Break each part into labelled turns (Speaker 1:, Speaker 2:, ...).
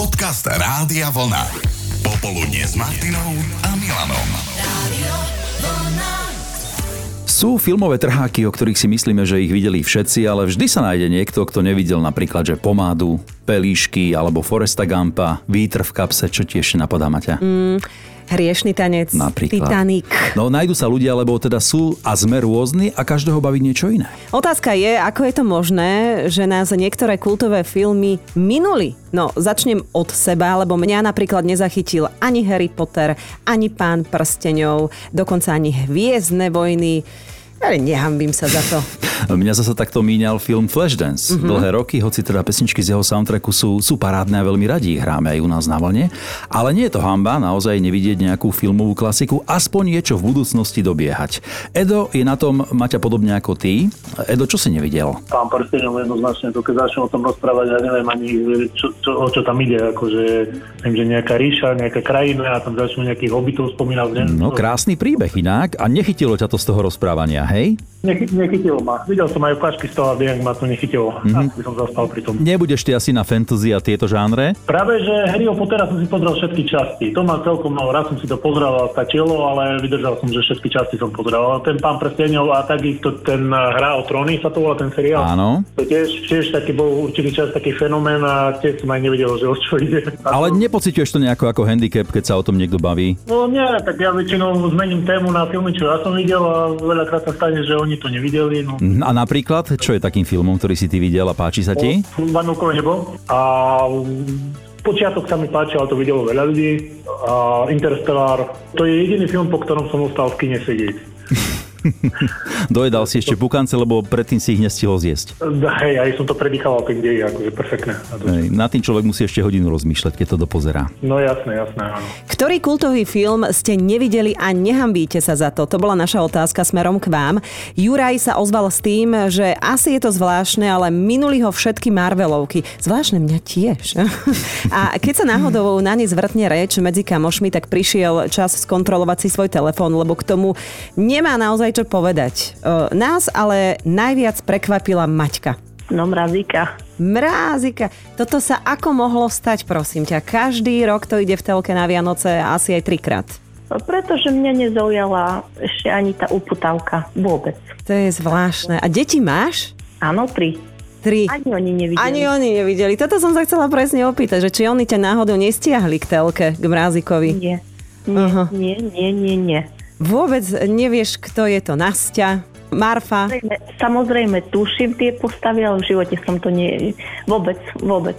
Speaker 1: podcast Rádia Vlna. Popoludne s Martinou a Milanom.
Speaker 2: Sú filmové trháky, o ktorých si myslíme, že ich videli všetci, ale vždy sa nájde niekto, kto nevidel napríklad, že pomádu, pelíšky alebo Foresta Gampa, vítr v kapse, čo ti ešte napadá, Maťa?
Speaker 3: Hriešný tanec,
Speaker 2: Napríklad.
Speaker 3: Titanic.
Speaker 2: No nájdu sa ľudia, lebo teda sú a sme rôzni a každého baví niečo iné.
Speaker 3: Otázka je, ako je to možné, že nás niektoré kultové filmy minuli. No, začnem od seba, lebo mňa napríklad nezachytil ani Harry Potter, ani Pán prstenov, dokonca ani Hviezdne vojny. Ale nehambím sa za to.
Speaker 2: Mňa zase takto míňal film Flashdance. Mm-hmm. Dlhé roky, hoci teda pesničky z jeho soundtracku sú, sú parádne a veľmi radí ich hráme aj u nás na vlne. Ale nie je to hamba naozaj nevidieť nejakú filmovú klasiku, aspoň niečo v budúcnosti dobiehať. Edo je na tom, Maťa, podobne ako ty. Edo, čo si nevidel?
Speaker 4: pán Prstenov jednoznačne, to keď začne o tom rozprávať, ja neviem ani, čo, čo, o čo tam ide, akože, viem, že nejaká ríša, nejaká krajina a tam začnú nejakých hobitov spomínať, neviem,
Speaker 2: No
Speaker 4: čo.
Speaker 2: krásny príbeh inak a nechytilo ťa to z toho rozprávania, hej?
Speaker 4: Nechy- nechytilo ma. Videl som aj ukážky z toho a viem, ak ma to nechytilo. Mm-hmm. Aby som zastal pri tom.
Speaker 2: Nebudeš ty asi na fantasy a tieto žánre?
Speaker 4: Práve, že Harryho Pottera som si pozrel všetky časti. To ma celkom, no, raz som si to pozrel a stačilo, ale vydržal som, že všetky časti som pozrel. Ale ten pán Prstenov a takisto ten eh, Hra o tróny sa to volá, ten seriál.
Speaker 2: Áno.
Speaker 4: To tiež, tiež taký bol určitý čas taký fenomén a tiež som aj nevedel, že o čo ide.
Speaker 2: Ale nepociťuješ to nejako ako handicap, keď sa o tom niekto baví?
Speaker 4: No nie, tak ja väčšinou zmením tému na filmy, čo ja som videl a veľakrát sa stane, že oni to nevideli. No.
Speaker 2: Mhm, A napríklad, čo je takým filmom, ktorý si ty videl a páči sa ti?
Speaker 4: Vanúkové nebo a mm, počiatok sa mi páčil, ale to videlo veľa ľudí. A Interstellar, to je jediný film, po ktorom som ostal v kine sedieť.
Speaker 2: Dojedal si ešte pukance, lebo predtým si ich nestihol zjesť.
Speaker 4: Hej, aj som to predýchal, keď je, akože perfektné. A to-
Speaker 2: Hej, Na tým človek musí ešte hodinu rozmýšľať, keď to dopozerá.
Speaker 4: No jasné, jasné, áno.
Speaker 3: Ktorý kultový film ste nevideli a nehambíte sa za to? To bola naša otázka smerom k vám. Juraj sa ozval s tým, že asi je to zvláštne, ale minuli ho všetky Marvelovky. Zvláštne mňa tiež. A keď sa náhodou na ne zvrtne reč medzi kamošmi, tak prišiel čas skontrolovať si svoj telefón, lebo k tomu nemá naozaj čo povedať. E, Nás ale najviac prekvapila Maťka.
Speaker 5: No mrazíka.
Speaker 3: Mrázika. Toto sa ako mohlo stať, prosím ťa? Každý rok to ide v telke na Vianoce asi aj trikrát.
Speaker 5: No, Pretože mňa nezaujala ešte ani tá uputavka. Vôbec.
Speaker 3: To je zvláštne. A deti máš?
Speaker 5: Áno, tri.
Speaker 3: Tri.
Speaker 5: Ani oni nevideli.
Speaker 3: Ani oni nevideli. Toto som sa chcela presne opýtať, že či oni ťa náhodou nestiahli k telke, k Mrázikovi.
Speaker 5: Nie. Nie,
Speaker 3: Aha.
Speaker 5: nie, nie, nie, nie.
Speaker 3: Vôbec nevieš, kto je to. Nastia, Marfa.
Speaker 5: Samozrejme, samozrejme, tuším tie postavy, ale v živote som to nie... Vôbec, vôbec.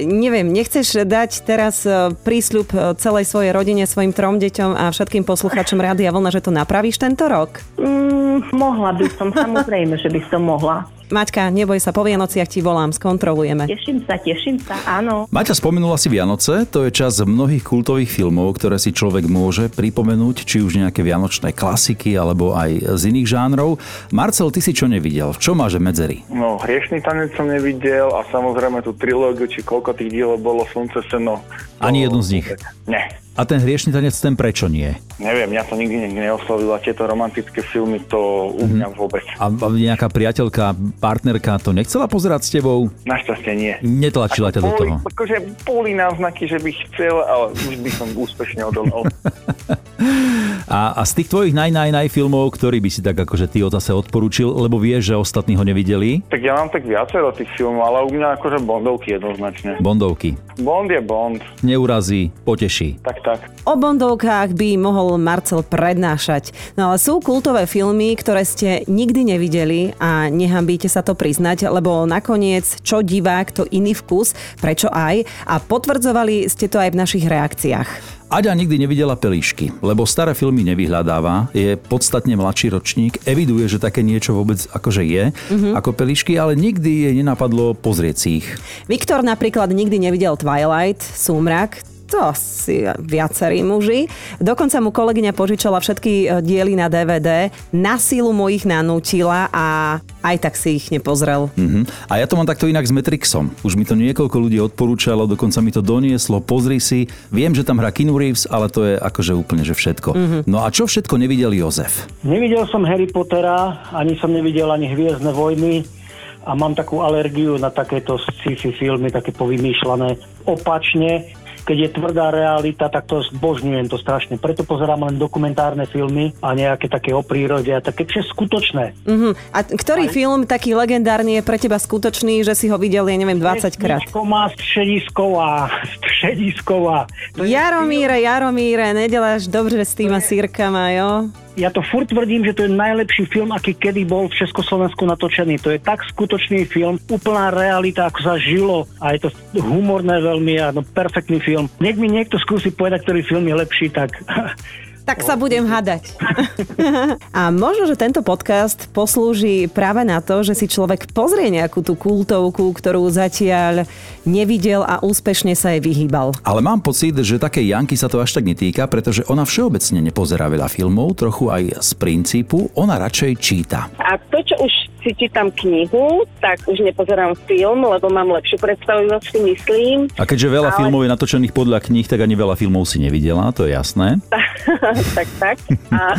Speaker 3: Neviem, nechceš dať teraz e, prísľub e, celej svojej rodine, svojim trom deťom a všetkým poslucháčom Rádia Vlna, že to napravíš tento rok?
Speaker 5: Mm, mohla by som, samozrejme, že by som mohla.
Speaker 3: Maťka, neboj sa, po Vianociach ti volám, skontrolujeme.
Speaker 5: Teším sa, teším sa, áno.
Speaker 2: Maťa spomenula si Vianoce, to je čas mnohých kultových filmov, ktoré si človek môže pripomenúť, či už nejaké vianočné klasiky alebo aj z iných žánrov. Marcel, ty si čo nevidel? V čo máš medzery?
Speaker 6: No, hriešný tanec som nevidel a samozrejme tú trilógiu, či koľko tých dielov bolo Slunce, Seno. No,
Speaker 2: Ani jednu z nich.
Speaker 6: Ne,
Speaker 2: A ten hriešný tanec, ten prečo nie?
Speaker 6: neviem, mňa to nikdy nikdy neoslovilo a tieto romantické filmy to u
Speaker 2: Mhm.
Speaker 6: mňa vôbec.
Speaker 2: A a nejaká priateľka, partnerka to nechcela pozerať s tebou?
Speaker 6: Našťastie nie.
Speaker 2: Netlačila ťa do
Speaker 6: Boli,
Speaker 2: toho.
Speaker 6: akože boli náznaky, že by chcel, ale už by som úspešne odolal.
Speaker 2: A, a z tých tvojich naj, naj, naj filmov, ktorý by si tak akože ty zase odporúčil, lebo vieš, že ostatní ho nevideli?
Speaker 6: tak ja mám tak viacero tých filmov, ale u mňa akože Bondovky jednoznačne.
Speaker 2: Bondovky.
Speaker 6: Bond je Bond,
Speaker 2: Neurazí, poteší.
Speaker 6: tak tak.
Speaker 3: O bondovkách by mohol Marcel prednášať. No ale sú kultové filmy, ktoré ste nikdy nevideli a nehambíte sa to priznať, lebo nakoniec čo divák, to iný vkus, prečo aj. A potvrdzovali ste to aj v našich reakciách.
Speaker 2: Aďa nikdy nevidela pelíšky, lebo staré filmy nevyhľadáva, je podstatne mladší ročník, eviduje, že také niečo vôbec akože je, mm-hmm. ako pelíšky, ale nikdy jej nenapadlo pozrieť si ich.
Speaker 3: Viktor napríklad nikdy nevidel Twilight, Súmrak, to si viacerí muži. Dokonca mu kolegyňa požičala všetky e, diely na DVD, na silu mu ich nanútila a aj tak si ich nepozrel.
Speaker 7: Hm.
Speaker 2: Mhm. A ja to mám takto inak s Matrixom. Už mi to niekoľko ľudí odporúčalo, dokonca mi to donieslo, pozri si. Viem, že tam hrá Keanu Reeves, ale to je akože úplne že všetko.
Speaker 8: Mhm.
Speaker 2: Mm-hmm. No a čo všetko nevidel Jozef?
Speaker 7: Nevidel som Harry Pottera, ani som nevidel ani Hviezdne vojny a mám takú alergiu na takéto sci-fi filmy, také povymýšľané opačne. keď je tvrdá realita, tak to zbožňujem to strašne. Preto pozerám len dokumentárne filmy a nejaké také o prírode a také čo je skutočné.
Speaker 3: Uh-huh. A t- ktorý film taký legendárny je pre teba skutočný, že si ho videl, ja neviem, 20 krát?
Speaker 7: Pesničko má Středisková. Středisková. To je-
Speaker 3: Jaromíre, Jaromíre, nedeláš dobře s týma sírkama, jo?
Speaker 7: Ja to furt tvrdím, že to je najlepší film, aký kedy bol v Československu natočený. To je tak skutočný film, úplná realita, ako sa žilo a je to humorné veľmi a no, perfektný film. Nech mi niekto skúsi povedať, ktorý film je lepší, tak...
Speaker 3: Tak sa budem hadať. A možno, že tento podcast poslúži práve na to, že si človek pozrie nejakú tú kultovku, ktorú zatiaľ nevidel a úspešne sa jej vyhýbal.
Speaker 2: Ale mám pocit, že také Janky sa to až tak netýka, pretože ona všeobecne nepozerá veľa filmov, trochu aj z princípu, ona radšej číta.
Speaker 8: A to, čo už si čítam knihu, tak už nepozerám film, lebo mám lepšiu predstavu, čo si myslím.
Speaker 2: A keďže veľa
Speaker 8: Ale-
Speaker 2: filmov je natočených podľa kníh, tak ani veľa filmov si nevidela, to je jasné.
Speaker 8: tak, tak. A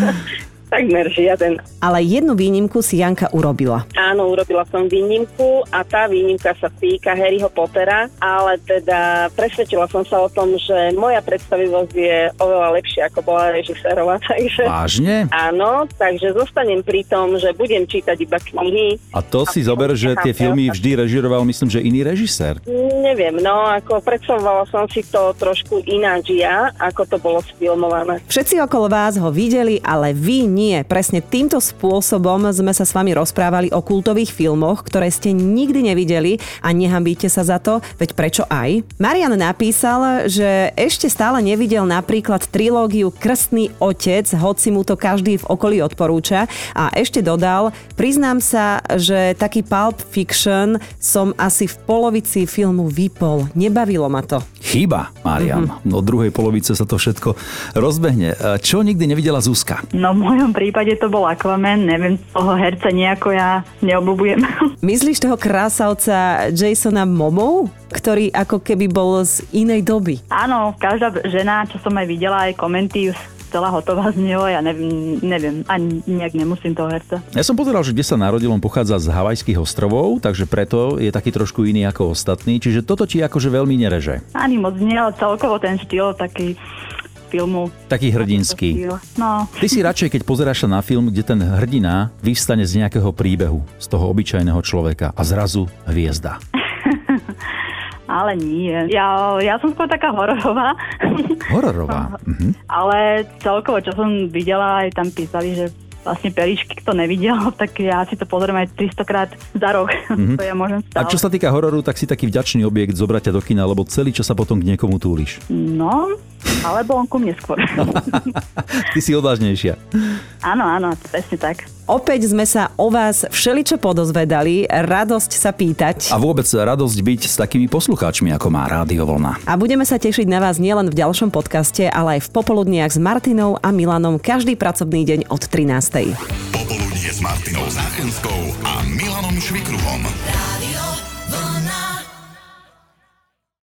Speaker 8: takmer žiaden.
Speaker 3: Ale jednu výnimku si Janka urobila.
Speaker 8: Áno, urobila som výnimku a tá výnimka sa týka Harryho Pottera, ale teda presvedčila som sa o tom, že moja predstavivosť je oveľa lepšia, ako bola režisérova, takže...
Speaker 2: Vážne?
Speaker 8: Áno, takže zostanem pri tom, že budem čítať iba knihy.
Speaker 2: A to si zober, že tie filmy vždy režiroval, myslím, že iný režisér.
Speaker 8: Neviem, no ako predstavovala som si to trošku ináč ja, ako to bolo sfilmované.
Speaker 3: Všetci okolo vás ho videli, ale vy nie. Presne týmto spôsobom sme sa s vami rozprávali o kultových filmoch, ktoré ste nikdy nevideli a nehambíte sa za to, veď prečo aj? Marian napísal, že ešte stále nevidel napríklad trilógiu Krstný otec, hoci mu to každý v okolí odporúča a ešte dodal, priznám sa, že taký Pulp Fiction som asi v polovici filmu vypol. Nebavilo ma to.
Speaker 2: Chyba, Marian. No od druhej polovice sa to všetko rozbehne. E, Čo nikdy nevidela Zuzka?
Speaker 5: No v mojom prípade to bol Aquaman, neviem, toho herca nejako ja neobľúbujem.
Speaker 3: Myslíš toho krásavca Jasona Momovu, ktorý ako keby bol z inej doby?
Speaker 5: Áno, každá žena, čo som aj videla, aj komenty už celá hotová z neho, ja neviem, neviem, ani nejak nemusím toho herca.
Speaker 2: Ja som pozeral, že kde sa narodil, on pochádza z Havajských ostrovov, takže preto je taký trošku iný ako ostatní, čiže toto ti akože veľmi nereže.
Speaker 5: Ani moc nie, ale celkovo ten štýl taký filmu.
Speaker 2: Taký hrdinský.
Speaker 5: Štýl. No,
Speaker 2: Ty si radšej, keď pozeráš sa na film, kde ten hrdina vyvstane z nejakého príbehu, z toho obyčajného človeka a zrazu hviezda.
Speaker 5: ale nie. Ja, ja som skôr taká hororová,
Speaker 2: Hororová. Mhm.
Speaker 5: ale celkovo, čo som videla, aj tam písali, že vlastne peričky, kto nevidel, tak ja si to pozriem aj 300 krát za rok. Mm-hmm. To ja môžem
Speaker 2: Mhm. A
Speaker 5: stále.
Speaker 2: čo sa týka hororu, tak si taký vďačný objekt zobrať ťa do kina, lebo celý čas sa potom k niekomu túliš.
Speaker 5: No, alebo on ku mne skôr.
Speaker 2: Ty si odvážnejšia.
Speaker 5: áno, áno, presne tak.
Speaker 3: Opäť sme sa o vás všeličo podozvedali, radosť sa
Speaker 2: A
Speaker 3: pýtať.
Speaker 2: vôbec radosť byť s takými poslucháčmi, ako má Rádio Vlna.
Speaker 3: A budeme sa tešiť na vás nielen v ďalšom podcaste, ale aj v popoludniach s Martinou a Milanom každý pracovný deň od 13.
Speaker 1: Popoludnie s Martinou Záchenskou a Milanom Švikruhom.
Speaker 9: Radio